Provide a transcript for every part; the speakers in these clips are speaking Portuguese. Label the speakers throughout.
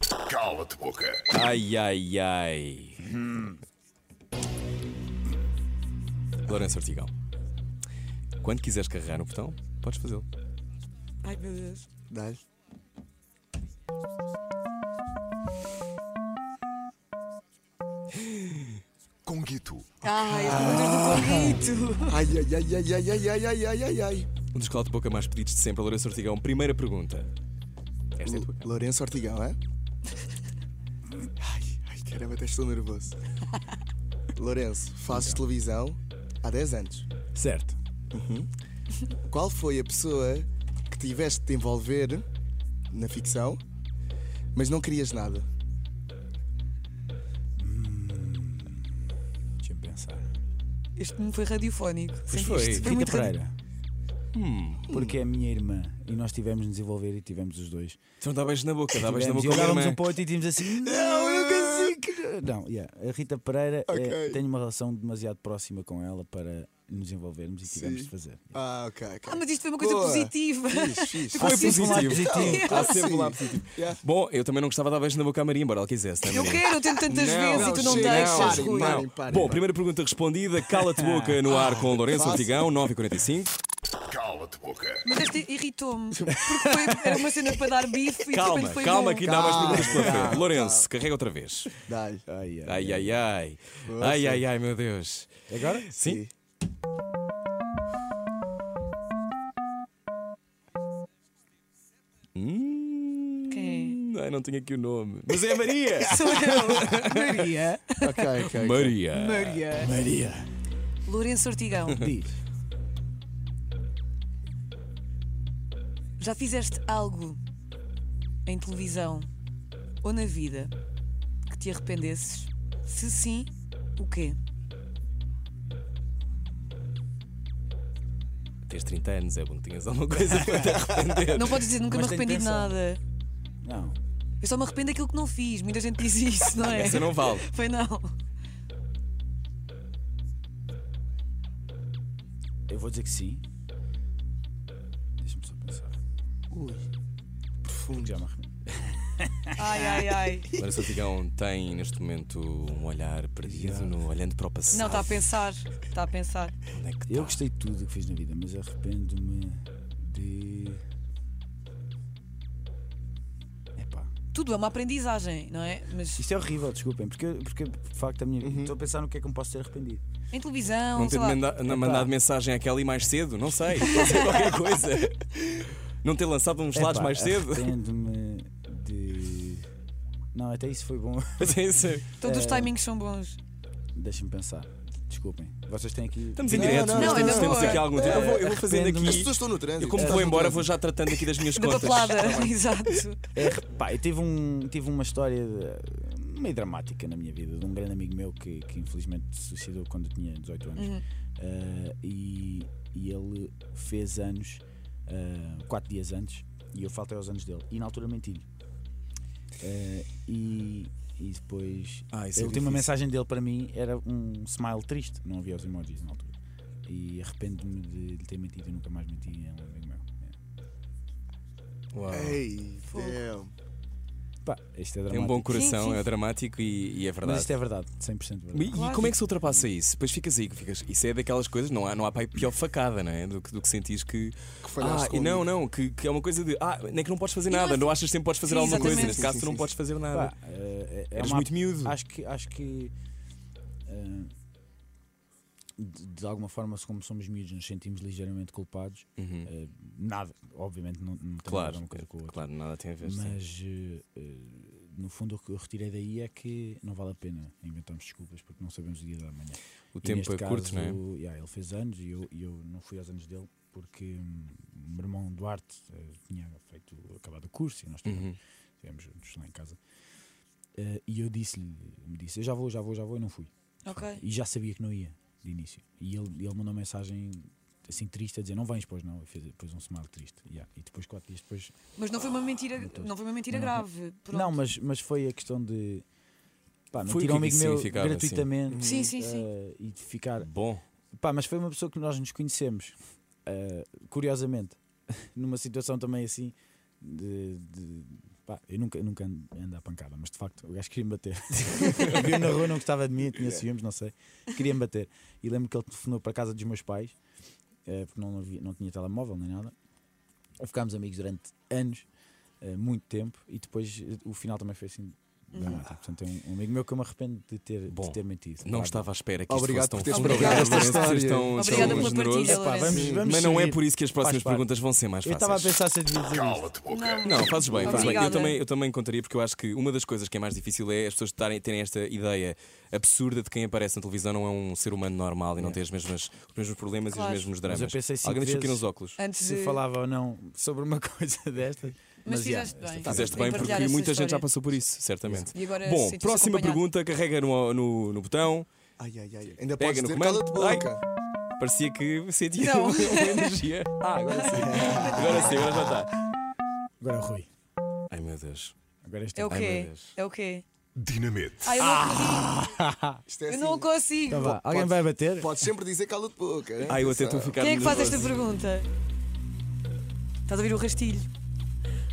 Speaker 1: Cala-te, boca.
Speaker 2: Ai, ai, ai. Lourenço Ortigão. Quando quiseres carregar no botão, podes fazê-lo.
Speaker 3: Ai meu Deus.
Speaker 4: Dá-lhe.
Speaker 1: Conguito.
Speaker 3: Ai, as perguntas do Conguito.
Speaker 4: Ai, ai, ai, ai, ai, ai, ai, ai, ai, ai, ai.
Speaker 2: Um dos cala de boca mais pedidos de sempre, Lourenço Ortigão. Primeira pergunta. Esta é tua.
Speaker 4: L- Lourenço Ortigão, é? Ai, ai, caramba, até estou nervoso. Lourenço, fazes
Speaker 5: Então.
Speaker 4: televisão há 10 anos.
Speaker 2: Certo.
Speaker 4: Qual foi a pessoa que tiveste de te envolver na ficção, mas não querias nada?
Speaker 5: Deixa-me pensar.
Speaker 3: Este me foi radiofónico. Sentiste?
Speaker 2: foi.
Speaker 5: Rita
Speaker 3: muito radi-
Speaker 5: Pereira. Porque é a minha irmã e nós tivemos de nos envolver e tivemos os dois.
Speaker 2: Então dá beijo na boca, dá beijo na
Speaker 5: Tivemos,
Speaker 2: boca
Speaker 5: e
Speaker 2: ao meu
Speaker 5: olhávamos
Speaker 2: irmão.
Speaker 5: um para o outro e tínhamos assim. Não, eu consigo. Não, yeah. a Rita Pereira
Speaker 4: Ok.
Speaker 5: eh, tenho uma relação demasiado próxima com ela para nos envolvermos e tivemos
Speaker 4: Sim.
Speaker 5: de fazer.
Speaker 4: Ah, ok, ok.
Speaker 3: Ah, mas isto foi uma coisa
Speaker 4: Boa.
Speaker 3: positiva.
Speaker 4: Fixe, fixe.
Speaker 2: Foi
Speaker 5: sempre um lado
Speaker 2: positivo.
Speaker 5: positivo.
Speaker 2: Há
Speaker 4: Claro que
Speaker 2: sempre um
Speaker 4: sim.
Speaker 2: lado positivo.
Speaker 4: Yeah.
Speaker 2: Bom, eu também não gostava de dar beijo na boca à Maria, embora ela quisesse. né,
Speaker 3: Eu
Speaker 2: Maria?
Speaker 3: quero, eu tento tantas vezes e tu não
Speaker 4: chega,
Speaker 3: deixas,
Speaker 4: não,
Speaker 3: Rui.
Speaker 4: não. Parem, parem,
Speaker 2: Bom,
Speaker 4: parem.
Speaker 2: primeira pergunta respondida. Cala-te boca no ar com Lourenço Ortigão, 9h45.
Speaker 1: Cala-te, boca.
Speaker 3: Mas esta irritou-me. Porque foi, era uma cena para dar bife e de
Speaker 2: Calma,
Speaker 3: repente foi
Speaker 2: calma
Speaker 3: bom.
Speaker 2: que ainda há mais perguntas pela
Speaker 4: Calma,
Speaker 2: frente. Lourenço, carrega outra vez.
Speaker 4: Dá-lhe.
Speaker 5: Ai, ai,
Speaker 2: Ai, ai, ai. Ai, ai, ai, meu Deus.
Speaker 5: Agora?
Speaker 2: Sim? Hum,
Speaker 3: Quem
Speaker 2: Ai, não tenho aqui o nome. Mas é a Maria.
Speaker 3: Sou eu,
Speaker 5: Maria.
Speaker 4: Ok, ok, ok.
Speaker 2: Maria.
Speaker 3: Maria.
Speaker 5: Maria.
Speaker 3: é? Lourenço Ortigão,
Speaker 5: Diz.
Speaker 3: já fizeste algo em televisão ou na vida que te arrependesses? Se sim, o quê?
Speaker 2: Tens 30 anos, é bom que tinhas alguma coisa para te arrepender.
Speaker 3: Não podes dizer nunca
Speaker 5: Mas
Speaker 3: me
Speaker 5: tenho
Speaker 3: arrependi de
Speaker 5: pensado.
Speaker 3: nada.
Speaker 5: Não.
Speaker 3: Eu só me arrependo daquilo que não fiz. Muita gente diz isso, não é?
Speaker 2: Essa não vale.
Speaker 3: Foi não.
Speaker 5: Eu vou dizer que sim. Deixa-me só pensar.
Speaker 4: Ui,
Speaker 5: Fundo já me arrependo.
Speaker 3: Ai, ai, ai.
Speaker 2: Lourenço Ortigão um, tem neste momento um olhar perdido, no- olhando para o passado.
Speaker 3: Não, tá está a pensar. Está a pensar.
Speaker 2: Onde é que
Speaker 5: Eu
Speaker 2: tá?
Speaker 5: gostei de tudo o que fiz na vida, mas arrependo-me de. Epá.
Speaker 3: Tudo é uma aprendizagem, não é? Mas
Speaker 5: Isto é horrível, desculpem, porque, porque de facto a minha
Speaker 2: Uhum.
Speaker 5: vida. Estou a pensar no que é que me posso ter arrependido.
Speaker 3: em televisão,
Speaker 2: Não
Speaker 3: sei
Speaker 2: ter
Speaker 3: lá.
Speaker 2: manda- na- mandado mensagem à Kelly mais cedo, não sei. Pode ser qualquer coisa. Não ter lançado uns lados
Speaker 5: Epá,
Speaker 2: mais cedo.
Speaker 5: Arrependo-me de. Não, até isso foi bom.
Speaker 2: Sim, sim.
Speaker 3: Todos os
Speaker 5: É.
Speaker 3: timings são bons.
Speaker 5: Deixem-me pensar. Desculpem. Vocês têm aqui.
Speaker 2: Estamos em
Speaker 4: Não,
Speaker 2: direto,
Speaker 4: não,
Speaker 2: mas
Speaker 4: não,
Speaker 2: temos-
Speaker 4: ainda
Speaker 2: temos
Speaker 3: vou.
Speaker 2: aqui algum tempo. Eu vou, eu vou fazendo
Speaker 5: Arrependo-me.
Speaker 4: As
Speaker 2: aqui.
Speaker 4: pessoas estão no trânsito.
Speaker 2: Eu, como
Speaker 4: Estás
Speaker 2: vou
Speaker 4: no
Speaker 2: embora, vou
Speaker 4: trânsito.
Speaker 2: já tratando aqui das minhas
Speaker 3: Da
Speaker 2: contas.
Speaker 3: papelada, exato.
Speaker 5: É, repá, eu tive, um, tive uma história de- meio dramática na minha vida de um grande amigo meu que, que infelizmente se suicidou quando eu tinha 18 anos. Ah, e, e ele fez anos, 4 dias antes, e eu faltei aos anos dele. E na altura menti-lhe. Ah, e, e depois.
Speaker 2: Ah, isso
Speaker 5: a
Speaker 2: é
Speaker 5: última
Speaker 2: difícil.
Speaker 5: mensagem dele para mim era um smile triste, não havia os emojis na altura. E arrependo-me de lhe ter mentido e nunca mais menti a um amigo meu. É.
Speaker 2: Uau.
Speaker 4: Ei,
Speaker 3: Fogo.
Speaker 4: damn.
Speaker 5: Pá, isto é dramático.
Speaker 2: Tem um bom coração,
Speaker 3: Sim, sim.
Speaker 2: é dramático e, e é
Speaker 5: Mas
Speaker 2: verdade.
Speaker 5: isto é verdade, 100% verdade.
Speaker 2: E, e
Speaker 3: Claro.
Speaker 2: como é que se ultrapassa isso? Depois ficas aí, ficas, isso é daquelas coisas, não há, não há pai pior facada, não é? Do que, do que sentis que.
Speaker 4: Que
Speaker 2: Ah,
Speaker 4: falhaste
Speaker 2: e
Speaker 4: com
Speaker 2: não,
Speaker 4: ele.
Speaker 2: não, que, que é uma coisa de. Ah, nem que não podes fazer
Speaker 3: E não
Speaker 2: nada,
Speaker 3: é-
Speaker 2: não achas que sempre podes fazer
Speaker 3: Sim,
Speaker 2: alguma coisa.
Speaker 3: exatamente.
Speaker 2: Neste
Speaker 3: Sim,
Speaker 2: caso,
Speaker 4: sim,
Speaker 2: tu não
Speaker 4: sim,
Speaker 2: podes fazer nada.
Speaker 5: Pá, eh, é
Speaker 2: Eras
Speaker 5: uma-
Speaker 2: muito miúdo.
Speaker 5: Acho que. Acho que eh, de, de alguma forma, se como somos miúdos, nos sentimos ligeiramente culpados.
Speaker 2: Uhum.
Speaker 5: Eh, nada, obviamente, não, não tem nada a ver
Speaker 2: Claro,
Speaker 5: uma coisa com a outra.
Speaker 2: claro, nada tem a ver. sim.
Speaker 5: Mas eh, eh, no fundo, o que eu retirei daí é que não vale a pena inventarmos desculpas porque não sabemos o dia da manhã.
Speaker 2: o
Speaker 5: E
Speaker 2: tempo
Speaker 5: neste
Speaker 2: é curto,
Speaker 5: caso,
Speaker 2: não é?
Speaker 5: yeah, ele fez anos e eu, e eu não fui aos anos dele porque hum, o meu irmão Duarte eh, tinha feito, acabado o curso e nós tivemos,
Speaker 2: Uhum.
Speaker 5: tivemos juntos lá em casa. Eh, e eu disse-lhe, me disse, eu já vou, já vou, já vou e não fui.
Speaker 3: Ok.
Speaker 5: E já sabia que não ia de início. E ele, ele mandou uma mensagem assim triste a dizer, não vens, pois não. E fez depois um smile triste. Yeah. E depois, quatro dias depois,
Speaker 3: Mas não foi uma mentira, não foi uma mentira
Speaker 5: Não.
Speaker 3: grave. Pronto.
Speaker 5: não, mas, mas foi a questão de.
Speaker 2: Foi o
Speaker 5: Pá, não
Speaker 2: que é
Speaker 5: tirar um
Speaker 2: que
Speaker 5: amigo
Speaker 2: isso
Speaker 5: meu
Speaker 2: significava, sim.
Speaker 5: gratuitamente
Speaker 3: Sim, sim,
Speaker 5: eh, e de ficar.
Speaker 2: Bom,
Speaker 5: Pá, mas foi uma pessoa que nós nos conhecemos, eh, curiosamente, numa situação também assim de, de- Pá, eu nunca, nunca ando ando à pancada, mas de facto o gajo queria me bater. Viu na rua, não gostava de mim, conhecíamos, não sei. Queria me bater. E lembro que ele telefonou para a casa dos meus pais, eh, porque não, havia, não tinha telemóvel nem nada. Ficámos amigos durante anos, eh, muito tempo, e depois eh, o final também foi assim. dramático. Portanto, é um, um amigo meu que eu me arrependo de ter,
Speaker 2: Bom,
Speaker 5: de ter mentido.
Speaker 2: Não
Speaker 5: Claro.
Speaker 2: estava à espera que isto
Speaker 4: Obrigado
Speaker 2: fosse tão
Speaker 4: por teres
Speaker 2: fácil.
Speaker 4: partilhado
Speaker 2: Obrigado,
Speaker 4: esta
Speaker 2: Lourenço,
Speaker 4: história.
Speaker 2: vocês estão-
Speaker 3: Obrigada
Speaker 2: estão
Speaker 3: pela
Speaker 2: generosos.
Speaker 3: partilha,
Speaker 5: Epá, vamos,
Speaker 3: Sim.
Speaker 5: vamos
Speaker 2: Mas não é
Speaker 5: seguir.
Speaker 2: por isso que as próximas
Speaker 5: Faz parte.
Speaker 2: perguntas vão ser mais
Speaker 5: Eu estava a
Speaker 2: fáceis.
Speaker 5: pensar se eu devia dizer isto.
Speaker 1: Cala-te boca.
Speaker 2: Não, fazes bem, fazes bem. Eu
Speaker 3: Obrigada.
Speaker 2: também, eu também contaria, porque eu acho que uma das coisas que é mais difícil é as pessoas estarem- terem esta ideia absurda de quem aparece na televisão não é um ser humano normal e não tem as mesmas, os mesmos problemas
Speaker 3: Claro. É.
Speaker 2: e os mesmos
Speaker 5: É. Mas
Speaker 2: dramas.
Speaker 5: eu pensei cinco
Speaker 2: Alguém deixou aqui
Speaker 5: vezes.
Speaker 2: nos óculos.
Speaker 3: Antes
Speaker 5: se
Speaker 3: de.
Speaker 5: falava ou não sobre uma coisa destas.
Speaker 3: Mas
Speaker 5: já,
Speaker 3: fizeste
Speaker 5: esta
Speaker 3: bem.
Speaker 5: tá
Speaker 2: Fizeste
Speaker 3: Em
Speaker 2: bem porque
Speaker 3: partilhar essa
Speaker 2: muita gente
Speaker 3: história.
Speaker 2: já passou por isso, certamente.
Speaker 3: E agora
Speaker 2: Bom,
Speaker 3: senti-se
Speaker 2: próxima
Speaker 3: acompanhado.
Speaker 2: pergunta, carrega no, no, no botão.
Speaker 4: Ai, ai, ai. Ainda
Speaker 2: Pega
Speaker 4: podes
Speaker 2: no
Speaker 4: dizer
Speaker 2: comando.
Speaker 4: cala-te boca.
Speaker 2: Parecia que sentia
Speaker 3: Não.
Speaker 2: uma energia. Ah, agora sim. Agora sim, agora já está.
Speaker 5: Agora é o Rui.
Speaker 2: Ai meu Deus.
Speaker 5: Agora este
Speaker 3: É o
Speaker 2: Ai, meu
Speaker 3: quê?
Speaker 2: Deus.
Speaker 3: É o quê?
Speaker 1: Dinamite.
Speaker 3: Ai, eu não
Speaker 2: Ah,
Speaker 3: consigo.
Speaker 4: Isto é
Speaker 3: Eu
Speaker 4: assim.
Speaker 3: não consigo.
Speaker 5: Então vá,
Speaker 4: Pode-
Speaker 5: alguém vai bater?
Speaker 4: Podes sempre dizer cala-te boca. hein?
Speaker 2: Ai, Ah, eu até estou a
Speaker 4: Atenção.
Speaker 2: ficar.
Speaker 3: Quem é que faz esta
Speaker 2: nervoso.
Speaker 3: pergunta? Estás a ouvir o rastilho?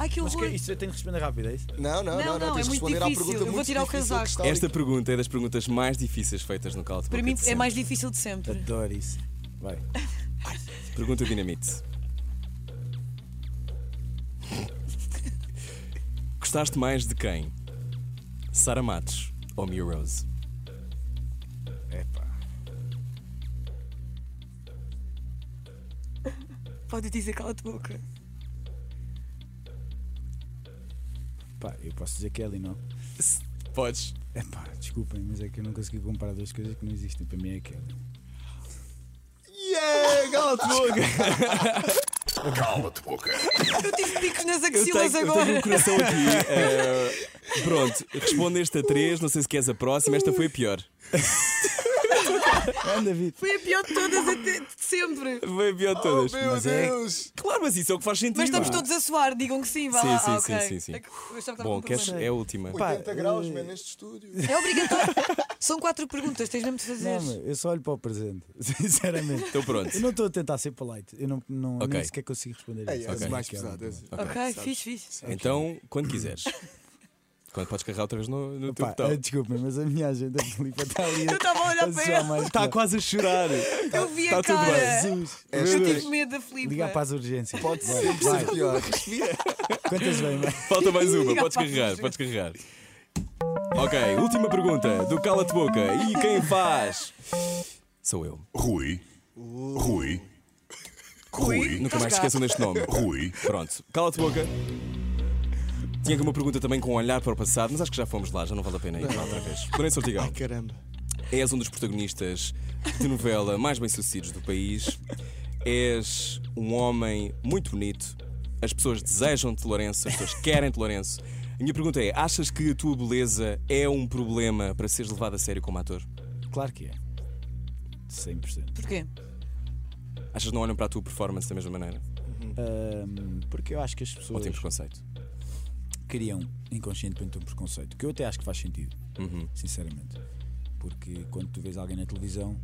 Speaker 3: Ai, que
Speaker 5: Mas que é
Speaker 3: horror.
Speaker 5: isso? Eu tenho que responder rápido, é isso?
Speaker 3: Não,
Speaker 4: Não, não, não, não,
Speaker 3: não,
Speaker 4: tens
Speaker 3: é
Speaker 4: de
Speaker 3: muito
Speaker 4: responder
Speaker 3: difícil.
Speaker 4: à pergunta
Speaker 3: Eu vou
Speaker 4: muito
Speaker 3: tirar o
Speaker 4: difícil que
Speaker 3: casaco.
Speaker 4: está ali.
Speaker 2: Esta pergunta é das perguntas mais difíceis feitas no Call de
Speaker 3: Para
Speaker 2: Boca
Speaker 3: mim
Speaker 2: de
Speaker 3: é
Speaker 2: sempre.
Speaker 3: mais difícil de sempre.
Speaker 5: Adoro isso. Vai.
Speaker 2: Pergunta Dinamite. Gostaste mais de quem? Sara Matos ou Mia Rose?
Speaker 5: Epá.
Speaker 3: Pode dizer cala-te boca.
Speaker 5: Pá, eu posso dizer Kelly, não?
Speaker 2: Se- Podes.
Speaker 5: Epá, desculpem, mas é que eu não consegui comparar duas coisas que não existem. Para mim é Kelly.
Speaker 4: Yeah, cala-te boca.
Speaker 1: Cala-te boca.
Speaker 3: Eu tive picos nas
Speaker 2: Eu tenho,
Speaker 3: axilas
Speaker 2: eu
Speaker 3: agora.
Speaker 2: tenho um coração aqui. eh, pronto, respondeste a três, não sei se queres a próxima, esta foi a pior.
Speaker 5: Anda, Vitor.
Speaker 3: Foi a pior de todas até de sempre.
Speaker 2: Foi a pior de
Speaker 4: Oh,
Speaker 2: todas.
Speaker 4: meu
Speaker 5: mas é-
Speaker 4: Deus.
Speaker 2: Claro, mas isso é o que faz sentido.
Speaker 3: Mas estamos
Speaker 2: pá.
Speaker 3: todos a suar, digam que sim, vá
Speaker 2: Sim,
Speaker 3: lá.
Speaker 2: sim,
Speaker 3: Ah,
Speaker 2: sim,
Speaker 3: ok.
Speaker 2: sim, sim.
Speaker 3: É que eu achava que estava
Speaker 2: Bom,
Speaker 3: com problema.
Speaker 2: queres, é a última.
Speaker 5: Pá,
Speaker 4: 80 graus,
Speaker 5: eh,
Speaker 4: man, neste estúdio.
Speaker 3: É obrigatório. São quatro perguntas, tens mesmo de fazer.
Speaker 5: Não, meu, eu só olho para o presente. Sinceramente.
Speaker 2: Então pronto.
Speaker 5: Eu não estou a tentar ser polite. Eu não, não
Speaker 2: Ok.
Speaker 5: nem sequer consigo responder
Speaker 4: É, é
Speaker 5: isso. Para mim
Speaker 4: mais
Speaker 5: Kelly,
Speaker 4: pesado.
Speaker 5: pá.
Speaker 4: é assim.
Speaker 3: ok, fixe, fixe.
Speaker 2: Então, quando quiseres. Quando podes carregar outra vez no, no teu
Speaker 5: Pá,
Speaker 2: botão.
Speaker 5: eh, desculpem, mas a minha agenda de Filipa está ali.
Speaker 3: Eu estava a olhar para ele.
Speaker 2: Está quase a chorar.
Speaker 3: Eu vi
Speaker 2: Tá
Speaker 3: a
Speaker 2: tudo
Speaker 3: cara.
Speaker 5: Jesus.
Speaker 4: É
Speaker 3: Eu tive medo da
Speaker 5: Ligar
Speaker 3: Filipa.
Speaker 5: para as urgências.
Speaker 4: Pode
Speaker 5: Vai,
Speaker 4: sempre
Speaker 5: vai.
Speaker 4: ser pior.
Speaker 5: Quantas vêm, mãe?
Speaker 2: Falta mais uma,
Speaker 3: Liga
Speaker 2: podes
Speaker 3: para
Speaker 2: carregar,
Speaker 3: a
Speaker 2: podes carregar. Ok, última pergunta do Cala-te Boca. E quem faz? Sou eu.
Speaker 1: Rui. Rui. Rui.
Speaker 2: Nunca mais se esqueçam deste nome.
Speaker 1: Rui.
Speaker 2: Pronto, Cala-te Boca. Tinha aqui uma pergunta também com um olhar para o passado, mas acho que já fomos lá, já não vale a pena ir lá outra vez. Lourenço Ortigão,
Speaker 4: Ai, caramba.
Speaker 2: és um dos protagonistas de novela mais bem-sucedidos do país. És um homem muito bonito. As pessoas desejam-te, Lourenço. As pessoas querem-te, Lourenço. A minha pergunta é: achas que a tua beleza é um problema para seres levado a sério como ator?
Speaker 5: Claro que é. 100%.
Speaker 3: Porquê?
Speaker 2: Achas que não olham para a tua performance da mesma maneira?
Speaker 5: Ahm, porque eu acho que as
Speaker 2: Ou
Speaker 5: pessoas
Speaker 2: têm preconceito?
Speaker 5: criam inconscientemente um preconceito, que eu até acho que faz sentido,
Speaker 4: Uhum.
Speaker 5: sinceramente. Porque quando tu vês alguém na televisão,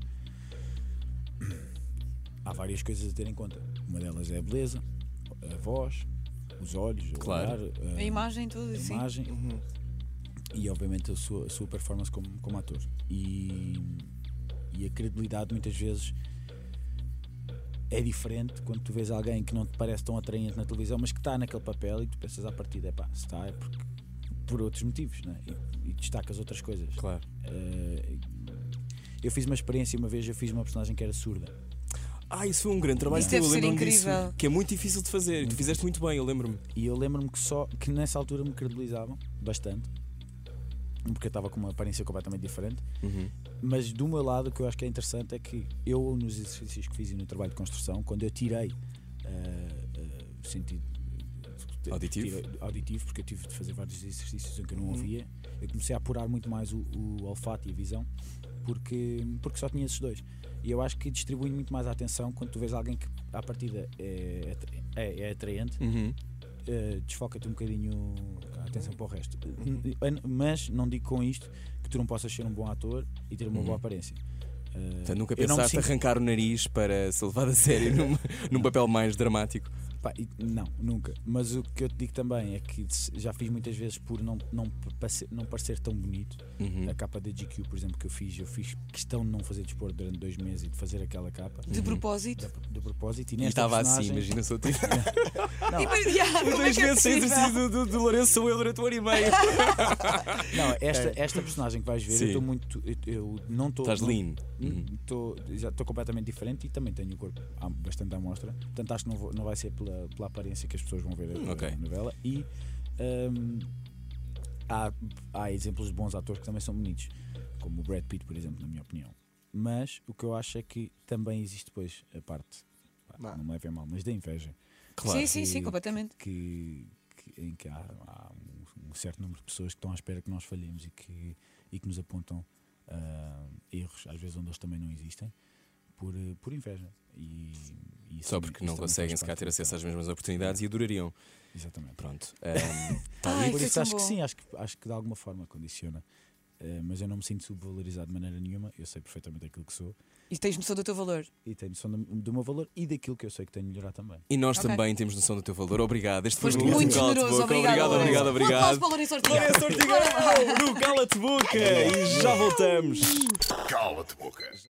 Speaker 5: há várias coisas a ter em conta. Uma delas é a beleza, a voz, os olhos, o
Speaker 2: Claro.
Speaker 5: olhar, ah,
Speaker 3: A imagem toda, sim.
Speaker 5: imagem uhum. e obviamente a sua, a sua performance como, como ator e, e a credibilidade muitas vezes é diferente quando tu vês alguém que não te parece tão atraente na televisão mas que está naquele papel e tu pensas à partida "Epá, se está é porque por outros motivos né? e, e destacas outras coisas
Speaker 2: Claro.
Speaker 5: Eh, eu fiz uma experiência uma vez eu fiz uma personagem que era surda
Speaker 2: Ah, isso foi um grande trabalho
Speaker 3: Isso
Speaker 2: teu,
Speaker 3: deve ser
Speaker 2: lembro-me disso,
Speaker 3: incrível.
Speaker 2: que é muito difícil de fazer e tu fizeste muito bem, eu lembro-me.
Speaker 5: E eu lembro-me que só que nessa altura me credibilizavam bastante, porque eu estava com uma aparência completamente diferente. Mas do meu lado, o que eu acho que é interessante é que eu, nos exercícios que fiz e no trabalho de construção, quando eu tirei eh, eh, o sentido eh,
Speaker 2: Auditivo?
Speaker 5: tirei- auditivo, porque eu tive de fazer vários exercícios em que eu não ouvia, eu comecei a apurar muito mais o, o olfato e a visão, porque, porque só tinha esses dois. E eu acho que distribui muito mais a atenção quando tu vês alguém que, à partida, é, atra- é, é atraente eh, desfoca-te um bocadinho a atenção para o resto. N- Mas não digo com isto que tu não possas ser um bom ator e ter uma boa aparência. Eh,
Speaker 2: Portanto, Uhum. Então, nunca
Speaker 5: eu não me
Speaker 2: pensaste
Speaker 5: sinto-
Speaker 2: arrancar o nariz para ser levado a sério num, num papel mais dramático?
Speaker 5: Pá, e- não, nunca. Mas o que eu te digo também é que se- já fiz muitas vezes por não, não, pa- parecer- não parecer tão bonito.
Speaker 2: Uhum.
Speaker 5: A capa da GQ, por exemplo, que eu fiz, eu fiz questão de não fazer desporto durante dois meses e de fazer aquela capa.
Speaker 3: De propósito.
Speaker 5: Da- De propósito, e
Speaker 2: E
Speaker 5: nesta
Speaker 2: estava assim,
Speaker 5: personagem-
Speaker 2: imagina só tipo.
Speaker 5: Não,
Speaker 3: E, mas, yeah, como é
Speaker 2: Dois
Speaker 3: que é
Speaker 2: meses sem
Speaker 3: possível?
Speaker 2: exercício do, do, do Lourenço sou eu durante um ano e meio.
Speaker 5: não, esta, esta personagem que vais ver,
Speaker 2: É. Sim.
Speaker 5: eu estou muito. Eu, eu não estou.
Speaker 2: Estás Hum.
Speaker 5: não-
Speaker 2: lean.
Speaker 5: Estou já estou completamente diferente e também tenho o corpo à- bastante à mostra. Portanto, acho que não, vou- não vai ser pela, pela aparência que as pessoas vão ver a,
Speaker 2: Ok.
Speaker 5: a novela. E hum, há, há exemplos de bons atores que também são bonitos, como o Brad Pitt, por exemplo, na minha opinião. Mas o que eu acho é que também existe depois a parte, pá,
Speaker 4: Má.
Speaker 5: não me levem a mal, mas da inveja
Speaker 3: Sim, sim, sim,
Speaker 5: que-
Speaker 3: completamente.
Speaker 5: que, que- em que há, há um, um certo número de pessoas que estão à espera que nós falhemos e que, e que nos apontam ah, erros, às vezes onde eles também não existem, por, eh, por inveja. E, e isso
Speaker 2: Só
Speaker 5: também-
Speaker 2: porque
Speaker 5: isso
Speaker 2: não
Speaker 5: também
Speaker 2: conseguem
Speaker 5: faz
Speaker 2: sequer
Speaker 5: parte
Speaker 2: ter
Speaker 5: do
Speaker 2: acesso às
Speaker 5: trabalho.
Speaker 2: mesmas oportunidades e adorariam.
Speaker 5: Exatamente.
Speaker 2: Pronto. Ahm,
Speaker 3: Ai,
Speaker 5: por
Speaker 3: foi
Speaker 5: isso
Speaker 3: tão
Speaker 5: acho que
Speaker 3: bom.
Speaker 5: sim, acho que, acho que de alguma forma condiciona. Eh, mas eu não me sinto subvalorizado de maneira nenhuma, eu sei perfeitamente aquilo que sou
Speaker 3: E tens noção do teu valor.
Speaker 5: e tenho noção do, do meu valor e daquilo que eu sei que tenho de melhorar também.
Speaker 2: e nós
Speaker 3: Ok.
Speaker 2: também temos noção do teu valor. Obrigado. Este foi
Speaker 3: Foste
Speaker 2: um
Speaker 3: muito
Speaker 2: Cala-te
Speaker 3: generoso.
Speaker 2: Boca.
Speaker 3: Obrigado,
Speaker 2: obrigado,
Speaker 3: Lourenço. Um
Speaker 2: obrigado.
Speaker 3: aplauso para o Lourenço Ortiga.
Speaker 2: Lourenço Ortigão, no Cala-te Boca. E já voltamos.
Speaker 1: Cala-te boca.